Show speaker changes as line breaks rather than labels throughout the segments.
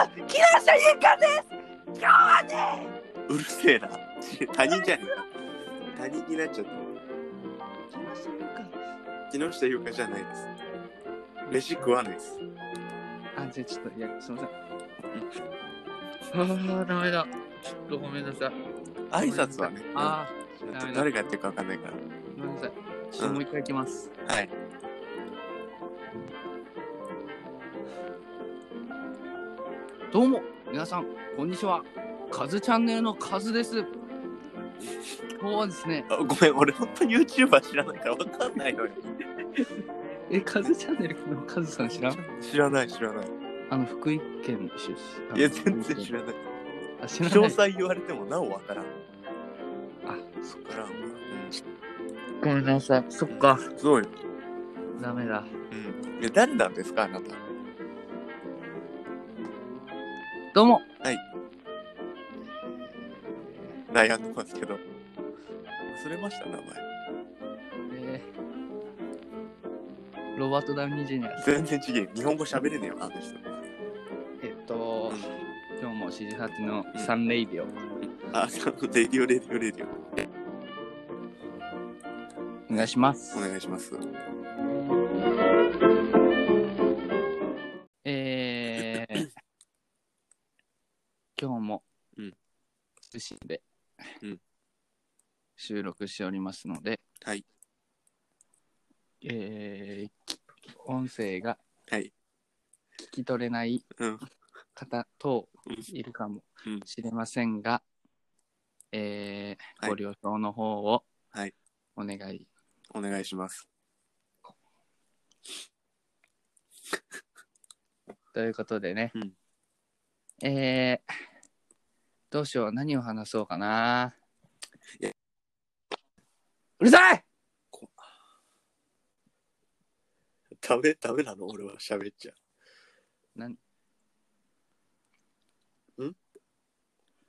者いいかです今日はね
うるせえな。他人じゃねえか。他人になっちゃった。
木下優香
木下優香じゃないです。飯食わないです。
あ、じゃあちょっと、いや、すみません。ああ、ダメだ。ちょっとごめんなさい。
挨拶はね。
あ
うん
ダメだ
誰がやってるかわかんないから。
あ、ごめんなさい。ちょっともう一回いきます。
はい。
どうも、皆さん、こんにちは。カズチャンネルのカズです。今日はですね、
あごめん、俺本当に YouTuber 知らないからわかんないのよ。
え、カズチャンネルのカズさん知らん
知らない、知らない。
あの、福井県出身。
いや、全然知らない。
ない。あ、知ら
詳
ない。
細言われてもなおわからん。わ
あ、そっ
から
か
ん。。う
ごめんなさい。そっか。
ん。そうよ。
ダメだ。
うん。いや、誰なんですか、あなた。
どうも、
悩んでますけど。忘れました、名前。
えーロバート・ダウニー・ジュニア
全
です。
然違え。日本語喋れねえよ、あの人。
えっと、今日も指示発のサンレイディオ。
あ、そう、レディオ、レディオ、レディ
お願いします
オ。お。願いします。
え ー、今日も
うん、
寿司で
うん
収録しておりますので、
はい。
えー、音声が
はい。
聞き取れない
うん。
方等
うん
いるかも
うん
しれませんが、えー
はい
ご了承の方を
はい
お願い
お願いします。
ということでね、
うん
えー、どうしよう何を話そうかない
や
うるさい
ダメ、ダメなの俺は喋っちゃ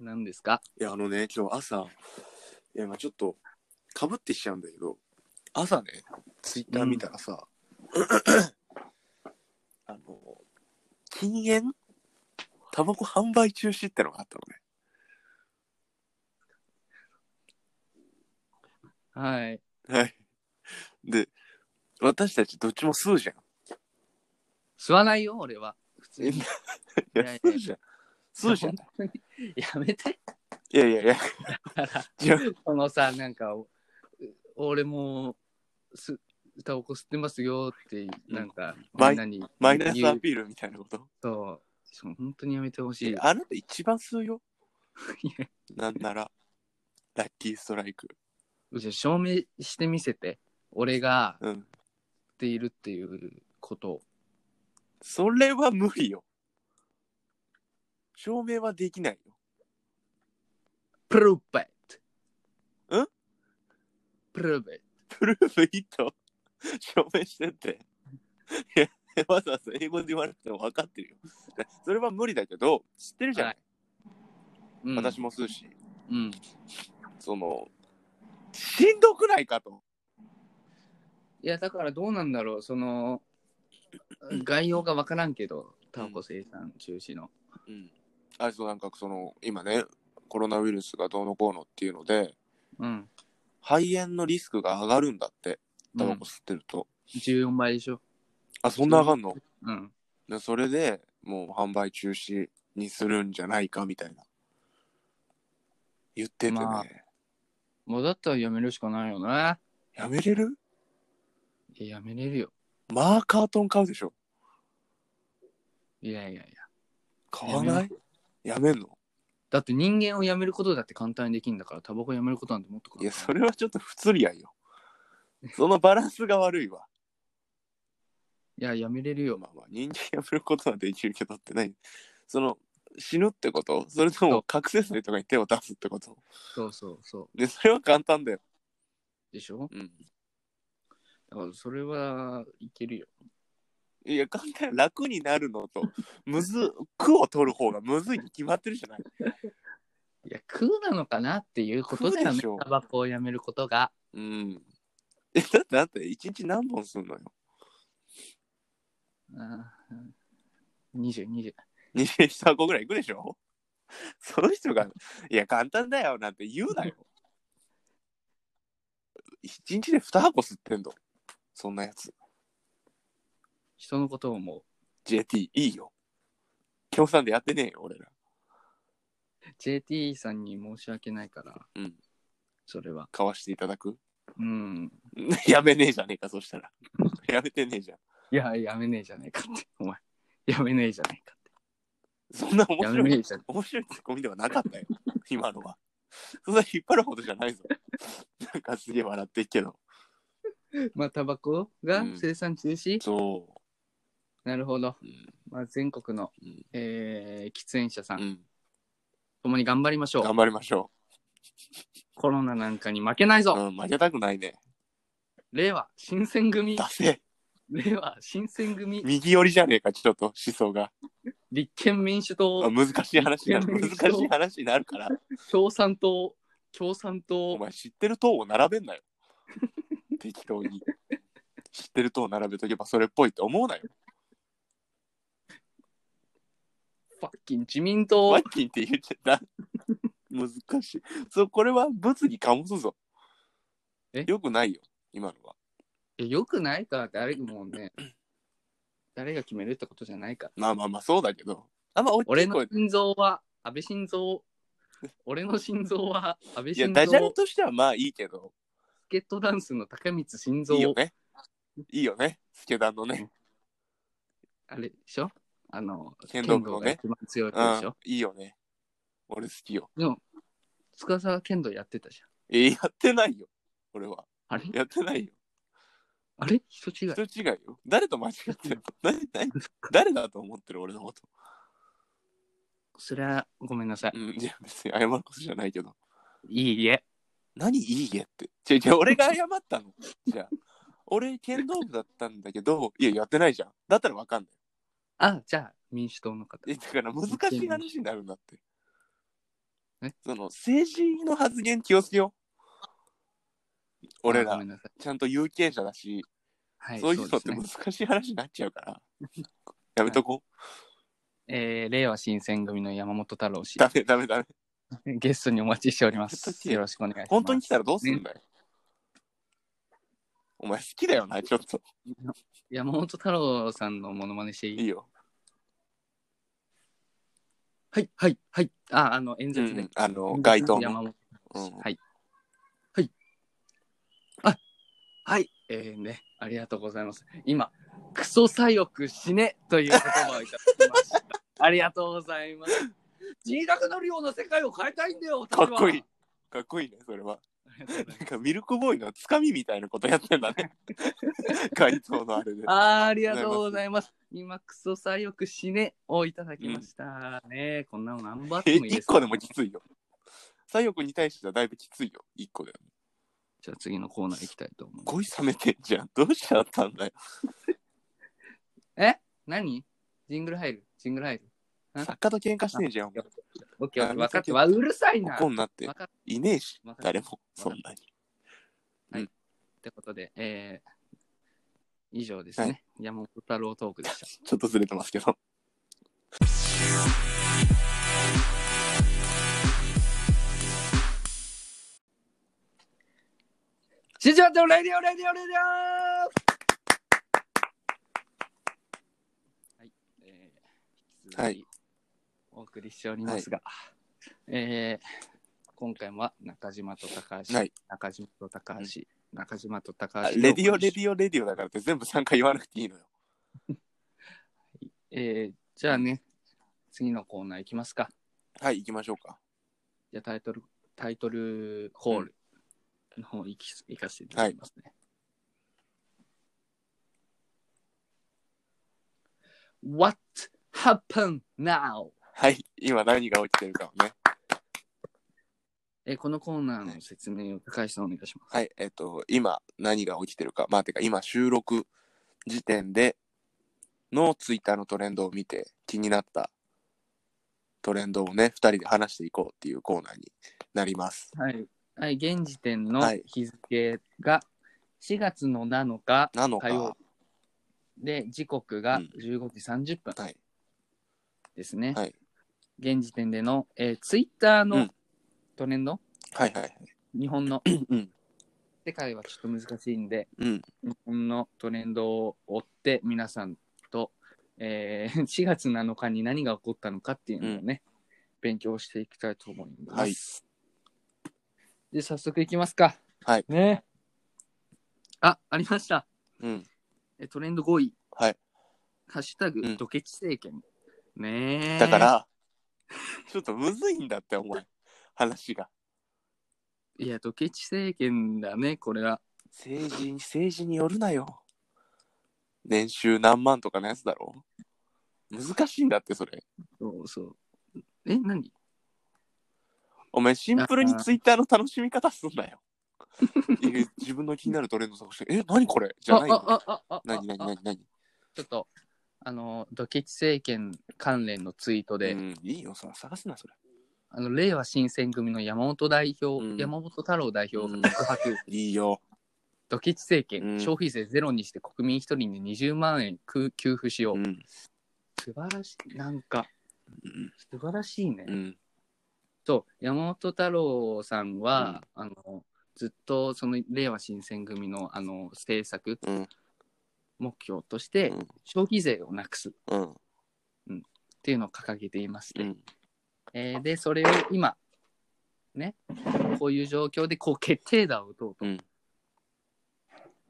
何ですか
いや、あのね、今日朝、いや、まあちょっと、かぶってしちゃうんだけど、朝ね、ツイッター見たらさ、あの、禁煙タバコ販売中止ってのがあったのね。
はい
はい。で、私たちどっちも吸うじゃん。
吸わないよ俺は普通に
い
い
や、
いやいや
吸うじゃん。吸うじゃん。い
本当にやめて
やいやいや。じゃあ
このさなんかお俺もうすタバコ吸ってますよってなんか
マ
み
イ
んなに
マイナス
言
ア
う
ピールみたいなこと
とそう本当にやめてほしい
いやあなた一番吸うよ
いや。
なんなら、ラッキーストライク。
じゃあ証明してみせて俺が吸っ
うん。
ているっていうことを
それは無理よ。証明はできないよ。
プルーベット
ん
プルーベット
プルーフイット、証明してって。いや、わざわざ英語で言わなくても分かってるよ。それは無理だけど、知ってるじゃない、
うん、
私も吸うし。
うん
その、しんどくないかと。
いやだからどうなんだろうその概要が分からんけどタバコ生産中止の
うん。あ、そう、なんかその、今ね、コロナウイルスがどうのこうのっていうので、
うん、
肺炎のリスクが上がるんだって、タバコ吸ってると。
14倍でしょ
あ、そんな上がんの
うん
でそれでもう販売中止にするんじゃないかみたいな言っててね、
まあもうだったらやめるしかないよね
やめれる
いややめれるよ
マーカートン買うでしょ
いやいやいや
買わないやめんの
だって人間をやめることだって簡単にできんだからタバコやめることなんてもっと簡
い
単
やそれはちょっと不釣り合いよそのバランスが悪いわ
いややめれるよ
まあまあ人間やめることはできるけどって何その死ぬってことそれとも覚醒剤とかに手を出すってこと
そうそうそ
でそれは簡単だよ、
うでしょ
うん、
だからそれはいけるよ
いや簡単楽になるのとむず苦を取る方がむずいに決まってるじゃない
いや、空なのかなっていうことだ
空
よ
で
ね
しょ。
タバコをやめることが。
うん。え、だって、だって、一日何本すんのよ。
うん20、20。
2箱ぐらい行くでしょその人が、いや、簡単だよなんて言うなよ。1日で2箱吸ってんの。そんなやつ。
人のことを思う。
JT、いいよ。共産でやってねえよ、俺ら。
JT さんに申し訳ないから、
うん
それは。
買わしていただく
うん。
やめねえじゃねえか、そしたら。やめてねえじゃん。
いや、やめねえじゃねえかって。お前、やめねえじゃねえかっ
そんな
て。
面
や
白
めねえ
い、
じゃね
面白いツッコミではなかったよ、 今のは。そんな引っ張るほどじゃないぞ。なんかすげえ笑ってっけど。
まあ、タバコが
うん
生産中止、
そ
なるほど。
う。うん
まあ、全国の、
うん
えー喫煙者さ、
うんん、
共に頑張りましょう。
頑張りましょ。
コロナなんかに負けないうぞ。
うん、負けたくないね。
令和新選組
出。せ。
令和新選組。
右寄りじゃねえか、ちょっと思想が。
立憲民主
あ
党、
難しい話になる。
いや
難しい話になるから。
共産党、共産
お
党、
前知ってる党を並べんなよ。適当に。知ってる党を並べとけばそれっぽいって思うなよ。
ファッキン自民
ワ
党
ッ。キンって言っちゃった。難しい。そう、これは物議かもすぞ。
え
よくないよ、今のは。
えよくないか誰も うね、誰が決めるってことじゃないから。
まあまあまあ、そうだけど。あんま大き
俺
い
の
声。
心臓は安倍 晋三。俺の心臓は安倍
いや、
晋
ダジャレ
三。
としてはまあいいけど、
スケットダンスの高光晋
い
三。
いよね。いいよね。スケダンのね。
あれでしょあの、
剣道部の
が
ね
一番強い
うん
人でしょ、、
いいよね。俺好きよ。
司は剣道やってたじ
えーやってないよ。俺は。
ゃん。あれ
やってないよ。
あれ人違い。
人違いよ。誰と間違ってるの何何誰だと思ってる俺のこと。
それはごめんなさい。
うん、いや別に謝ることじゃないけど。
いいえ。
何いいえって。違う違う、俺が謝ったの。じゃあ。俺、剣道部だったんだけど、いや、やってないじゃん。だったらわかんない。
あ、じゃあ民主党の方。
えだから難しい話になるんだって。
え
その政治の発言気をつけよう。俺
あご
ら
めんなさい。
ちゃんと有権者だし、
はい、
そういう人って
ですね
難しい話になっちゃう から。やめとこう。
えー、令和新選組の山本太郎氏、
ダメダメダメ。
ゲストにお待ちしておりま
本当
す。
に
よろしくお願いします。
本当に来たらどうすんだよ。お前好きだよな、ちょっと。
山本太郎さんのモノマネしていい
いいよ。
はい、はい、はい。あ、あの、演
う
説で
ん。、あの、街頭の。
山
う
本太郎氏
ん
はい。はい。あ、はい。えー、ね、ありがとうございます。今、クソ左翼死ねという言葉をいただきました。ありがとうございます。 小さくなるような世界を変えたいんだよ、私は
かっこいい。かっこいいね、それは。
ありがとうございます
なんかミルクボーイのつかみみたいなことやってんだ ね。街頭のあ れで。
あーありがとうございます。今、クソ左翼死ねをいただきましたね。こんなの何番
え、
でもいいで
1
す。
個でもきついよ。左翼に対してはだいぶきついよ。1個でも。
じゃあ次のコーナー行きたいと思う。
恋冷めてんじゃん。どうしちゃったんだよ。
え何ジングル入るジングル入るん
作家と喧嘩してんじゃん。お前
オッケーオッ
あ
ケー。分かっ
見せて
てわ、うるさいな。
怒んなって
分。かっ
いねえし
わか、
誰
る
も。そんなに。
てことで、えー、以上ですね。
は
山本太郎トークでした。
ちょっとずれてますけど。
新庄のレディオレディオレディオはい、えー、引き続き、
はい
お送りしておりますが、えー、今回は中島と高橋、
はい
中島と高橋、中島と
あ
高橋の
レディオ、レディオ、レディオだからって全部3回言わなくていいのよ。
えー、じゃあね、次のコーナー行きますか。
はい、行きましょうか。
じゃあタイトル、タイトルホールの方行き、行かせていただきますね。What happened now?
はい、今何が起きてるかをね。
え、このコーナーの説明を高橋さんお願いします。
はい、えっと、今何が起きてるか。まあ、てか今収録時点でのツイッターのトレンドを見て気になったトレンドをね、2人で話していこうっていうコーナーになります。
はい。はい、現時点の
はい
日付が4月の7日
なのか、
火曜で、時刻が
うん
15時30分
はい。
ですね。
はい
現時点での、えー、ツイッター
う
の
ん
トレンド、
はいはいはい。
日本の
うん。
世界はちょっと難しいんで、
うん。
日本のトレンドを追って皆さんと、えー 4月7日に何が起こったのかっていうのをね、勉強していきたいと思います。
はい
で早速いきますか。
はい。
ね。あありました。
うん。
えトレンド5位。
はい。
ハッシュタグ、
うん
ドケチ政権。ねえ。
だか。ら、ちょっとむずいんだって、お前。話が。
いや、ドケチ政権だね、これは。
政治に、政治によるなよ。年収何万とかのやつだろ難しいんだって、それ。
そうそう。え、何
お前、シンプルにツイッターの楽しみ方すんな よ。いや自分の気になるトレンド探して、え、何これじゃないよ。
あ、あ、あ、あ、
何、何、
あ
何、何。
ちょっと、あの、ドケチ政権関連のツイートで、
うん、いいよ、さ探すな、それ。
あの、令和新選組の山本代表、
うん
山本太郎代表
うん
が告白、
いいよ。
ドケチ政権、
うん
消費税ゼロにして国民一人に20万円給給付しよう。
うん。
素晴らしい。なんか、
うん
素晴らしいね。
うん。
そう、山本太郎さんは、あの、ずっとその令和新選組のあの政策
うん。
目標として
うん
消費税をなくすっ
うん。
ていうのを掲げていまして、
うん。
えーでそれを今ねこういう状況でこう決定打を打とうと、
うん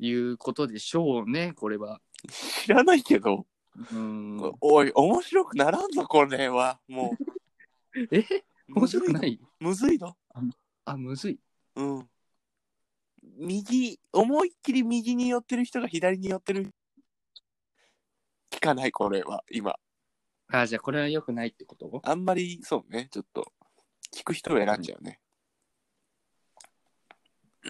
いうことでしょうねこれは
知らないけど、
うーん
おい、面白くならんぞ、これは。もう。
え 面白く
い
ない
むずいの。
あむずい
うん。右、思いっきり右に寄ってる人が左に寄ってる。聞かない、これは、今。
あじゃあこれは良くないってこと
あんまり、そうね、ちょっと、聞く人を選んじゃうね。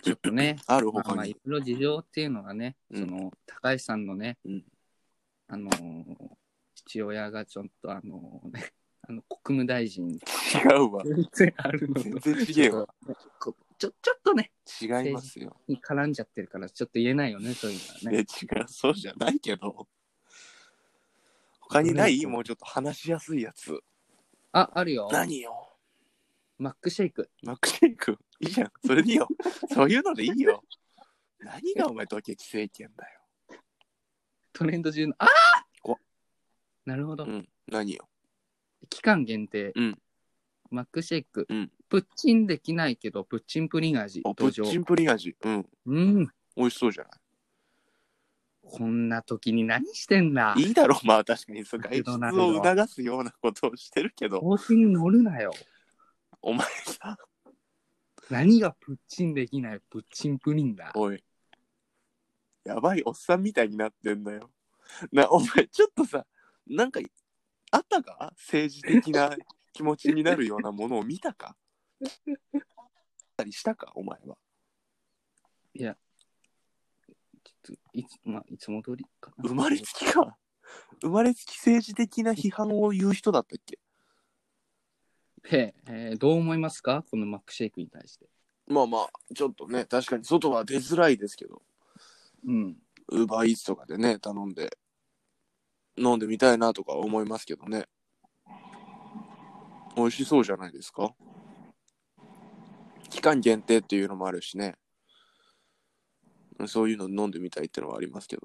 ちょっとね
ある
まあ
他
まあい
に。
ろいろ事情っていうのがね、
うん
その高橋さんのね、
うん
あのー父親がちょっとあのーねあの国務大臣
違うわ。
全然あるの
全
と
然違えわ。
こちょちょっとね
違いますよ。
に絡んじゃってるからちょっと言えないよねそういうのは
ね、
ね
違う、そうじゃないけど。他にない
ね
もうちょっと話しやすいやつ。
ああるよ
何よ
マックシェイク
マックシェイクいいじゃん。それ でいいよ。そういうのでいいよ。何がお前、ドケチ政権だよ。
トレンド中のあ
こ
なるほど、
うん。何よ。
期間限定、
うん
マックシェイク、
うん
プッチンできないけどプッチンプリン味
お、プ
登
ッ
場
チンプリン味。うん。
うん
美味しそうじゃな
こんな時に何してんだ
い。いいだろ、まあ確かに。そう
マ
外
クドナル
出
ド
を促すようなことをしてるけど、
調子に乗るなよ
お前さ、
何がプッチンできないプッチンプリンだ
おい。やばいおっさんみたいになってんだよ。な、お前、ちょっとさ、なんか、あったか政治的 な気持ちになるようなものを見たかたりしたかお前は。
ちょっといつ,、まあ、いつも通りかな
生まれつきか。生まれつき政治的な批判を言う人だったっけ
でえーどう思いますかこのマックシェイクに対して
まあまあ、ちょっとね、確かに外は出づらいですけど、
うん
ウーバーイーツとかでね、頼んで、飲んでみたいなとか思いますけどね。美味しそうじゃないですか期間限定っていうのもあるしね。そういうの飲んでみたいってのはありますけど。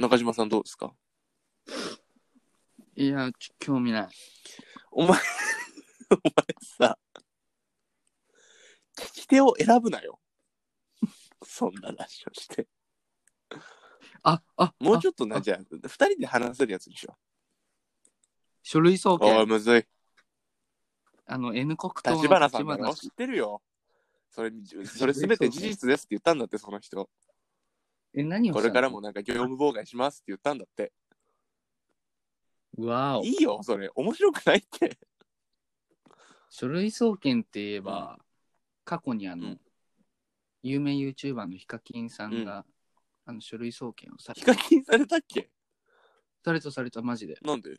中島さんどうですか
いやちょ興味ない
お前、 お前さ、聞き手を選ぶなよ。 そんな話をして。
ああ
もう
ょ
ちょっとな、じゃあ、二人で話せるやつにしよ
書類
う。
送
お
検
い、むずい。
あの N 国党の
立花さんだろ
橘
知ってるよ。それ、それすべて事実ですって言ったんだって、その人。
え何を
こ
した
れ
の
からもなんか業務妨害しますって言ったんだって。
わお
いいよ、それ。面白くないって。
書類送検って言えば、過去にあの、
うん
有名 YouTuber のヒカキンさんが、あの書類送検をされ
ヒ
た
カキンされたっけ
されたされたマジで
なんで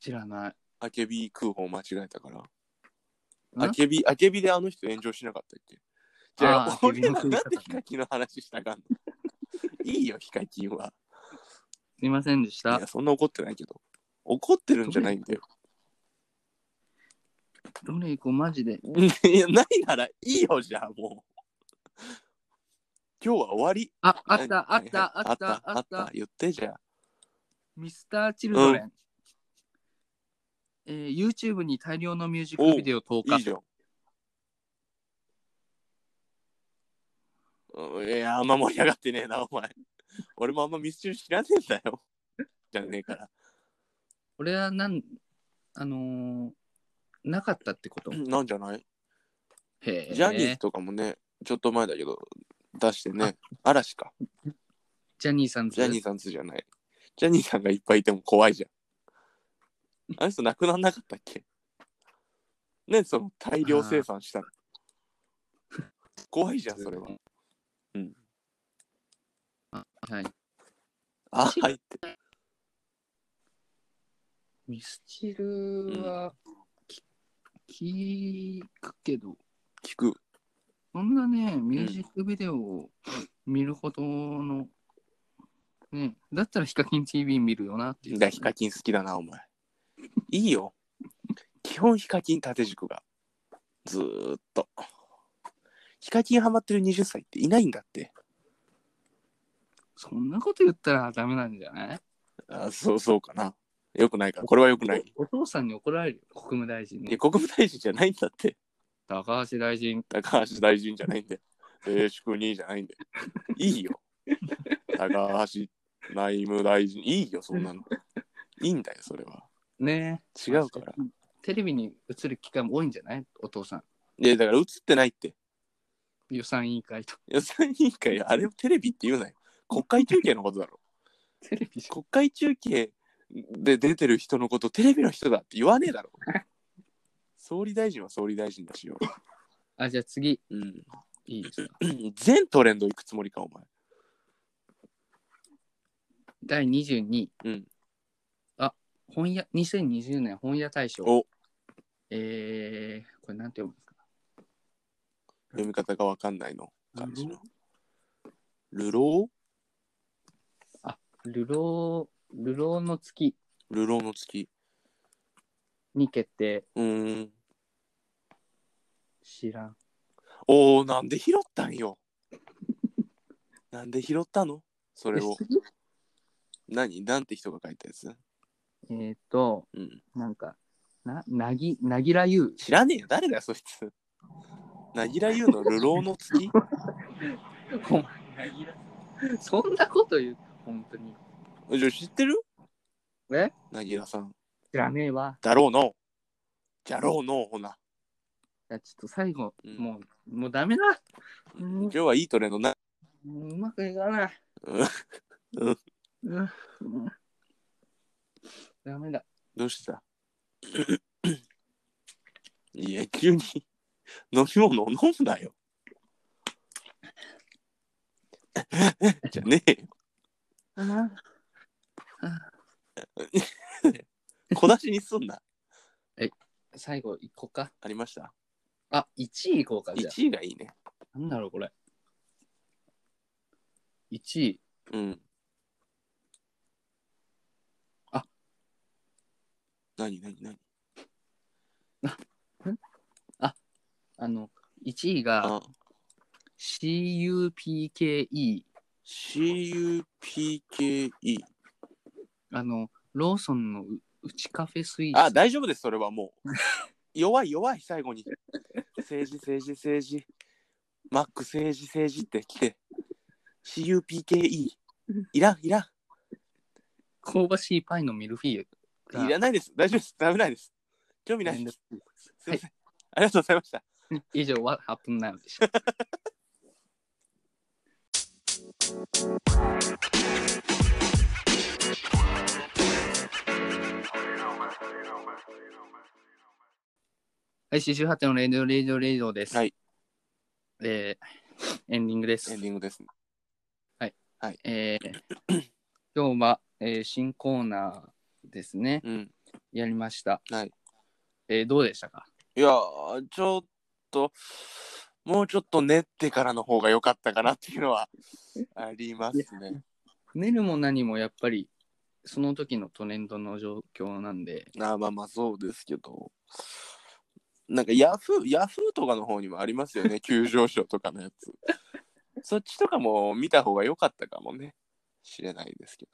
知らない
あけび食う方間違えたから。
ん
あけび、あけびであの人炎上しなかったっけじゃあ
あ、ー
俺ら
あ
な
け
ん
び
で
の食い方ね
ヒカキンの話したがん のいいよ、ヒカキンは。
すいませんでし
い
た
や、そんな怒ってないけど。怒ってるんじゃないんだよ。
どれ行こう、マジで。
いや、ないならいいよ、じゃあ、もう。今日は終わり。
あ、あった、あっ
はい
た、あった、あった、
あった。言って、じゃあ。
ミスター・チルドレン。えー YouTube に大量のミュージックビデオ投下。
いいじゃん。うんいや、あんま盛り上がってねえな、お前。 俺もあんまミスチル知らねえんだよ。 じゃねえから。
俺はなん、あのーなかったってこと。
なんじゃない
へえ。
ジャニーズとかもね、ちょっと前だけど、出してね、嵐か。
ジャニーさん
ジャニーさんつじゃない。ジャニーさんがいっぱいいても怖いじゃん。あの人亡くなんなかったっけねその大量生産したの。怖いじゃん、それは。うん。
あはい。
あ、入って。
ミスチルは、き聞くけど、
聞く。
そんなね、ミュージックビデオを見るほどの、ね、だったらヒカキン TV 見るよなっていう、
だ、ヒカキン好きだな、お前。いいよ。基本ヒカキン縦軸が。ずーっと。ヒカキンハマってる20歳っていないんだって。
そんなこと言ったらダメなんじゃない
あ、そう、そうかな。よくないか。これはよくない。
お父さんに怒られるよ国務大臣
いや
に。
国務大臣じゃないんだって。
高橋大臣、
高橋大臣じゃないんで、えー、祝任じゃないんで、いいよ。高橋内務大臣、いいよ、そんなの。いいんだよ、それは。
ね。
違うから。
テレビに映る機会も多いんじゃないお父さん。
いや、だから映ってないって。
予算委員会と。
予算委員会、あれをテレビって言うなよ。国会中継のことだろ。
テレビじゃ
国会中継で出てる人のこと、テレビの人だって言わねえだろ。総理大臣は総理大臣だしよ。
あ、じゃあ次、
うん。
いいですか。
全トレンド行くつもりか、お前。
第22位。
うん
あ、本屋、2020年本屋大賞。
お
えー、これなんて読むんですか
読み方がわかんないの。感じの。ルロ
ルロー、ルローの月
ールローの月。
に決定。
うーん。
知らん。
おおなんで拾ったんよなんで拾ったのそれを何なんて人が書いたやつ、
えーっと、
うん、
なんか、な、なぎ、なぎらゆう。
知らねえよ誰だよそいつなぎらゆう の流浪の月
お前、なぎら。そんなこと言う、本当に。
じゃあ知ってる
え
なぎらさん
知らねえわ。
だろうのじゃろうのほな、
いやちょっと最後、
うん
もう、もうダメだ。うん
今日はいいトレンドな
もううまくいかない。
うん
うんうんダメだ。
どうした いや急に飲み物を飲むなよじゃ ねえよ小出しにすんな
最後行こうか。
ありました
あ、1位行こうか。じゃ
?1 位がいいね。
あ。なんだろう、これ。1位。
うん。
あ
なになになに
あの、1位が
あ、
CUPKE。
CUPKE。
あの、ローソンのううちカフェスイー
あ、
ツ。
大丈夫です、それはもう。 弱い弱い、最後に。政治、政治、政治。マック、政治、政治って来て。CUPKE。いらん、いらん。
香ばしいパイのミルフィーユが。
いらないです。大丈夫です。ダメないです。興味ないです。すいません。ありがとうございました。
以上、What Happened Now でした。はい、四十八点のレイディオレイディオレイディオです。
はい。
えー、エンディングで
エ
す
ン。ディングです、ね。
えー今日は、えー新コーナーですね。
うん。
やりました。
はい。
えーどうでしたか
いやーちょっともうちょっと練ってからの方が良かったかなっていうのはありますね。
練るも何もやっぱりその時のトレンドの状況なんで、
あーまあまあそうですけど。なんかヤフー、ヤフーとかの方にもありますよ ね。急上昇とかのやつ。そっちとかも見た方が良かったかもね。知れないですけど。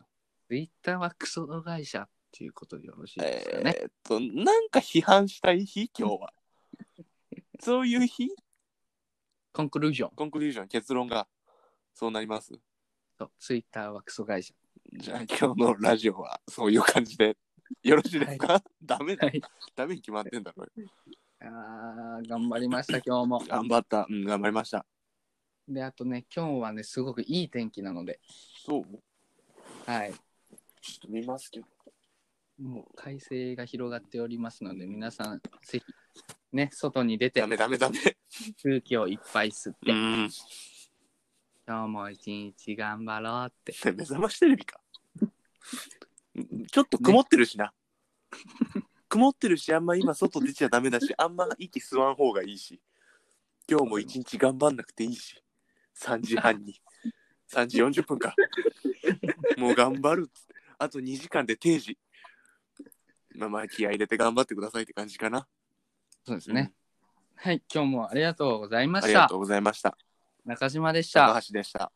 ツイッターはクソ会社っていうことでよろしいですかね。
えーっと、なんか批判したい日今日は。 そういう日
コンクルージョン。
コンクルージョン、結論がそうなります。
そうツイッターはクソ会社。
じゃあ今日のラジオはそういう感じで。よろしいですか、 ダメだ
は。い。
ダメに決まってんだろ。
あー頑張りました、今日も。
頑張った。うん、頑張りました。
で、あとね、今日はね、すごくいい天気なので、
そう
はい。
ちょっと見ますけど。
もう快晴が広がっておりますので、皆さん、ぜひ、ね、外に出て
ダ、メダメダメ。
空気をいっぱい吸って、
うん。
今日も一日頑張ろうって。
目覚ましテレビか。ちょっと曇ってるしな。曇ってるし、あんま今外出ちゃダメだし、あんま息吸わん方がいいし。今日も一日頑張んなくていいし。3時半に。3時40分か。もう頑張るっつって。あと2時間で定時。まあまあ気合い入れて頑張ってくださいって感じかな。
そうですね。はい、今日もありがとうございま
あ
し
りが
た
と。うございました。
中島でした。
高橋でした。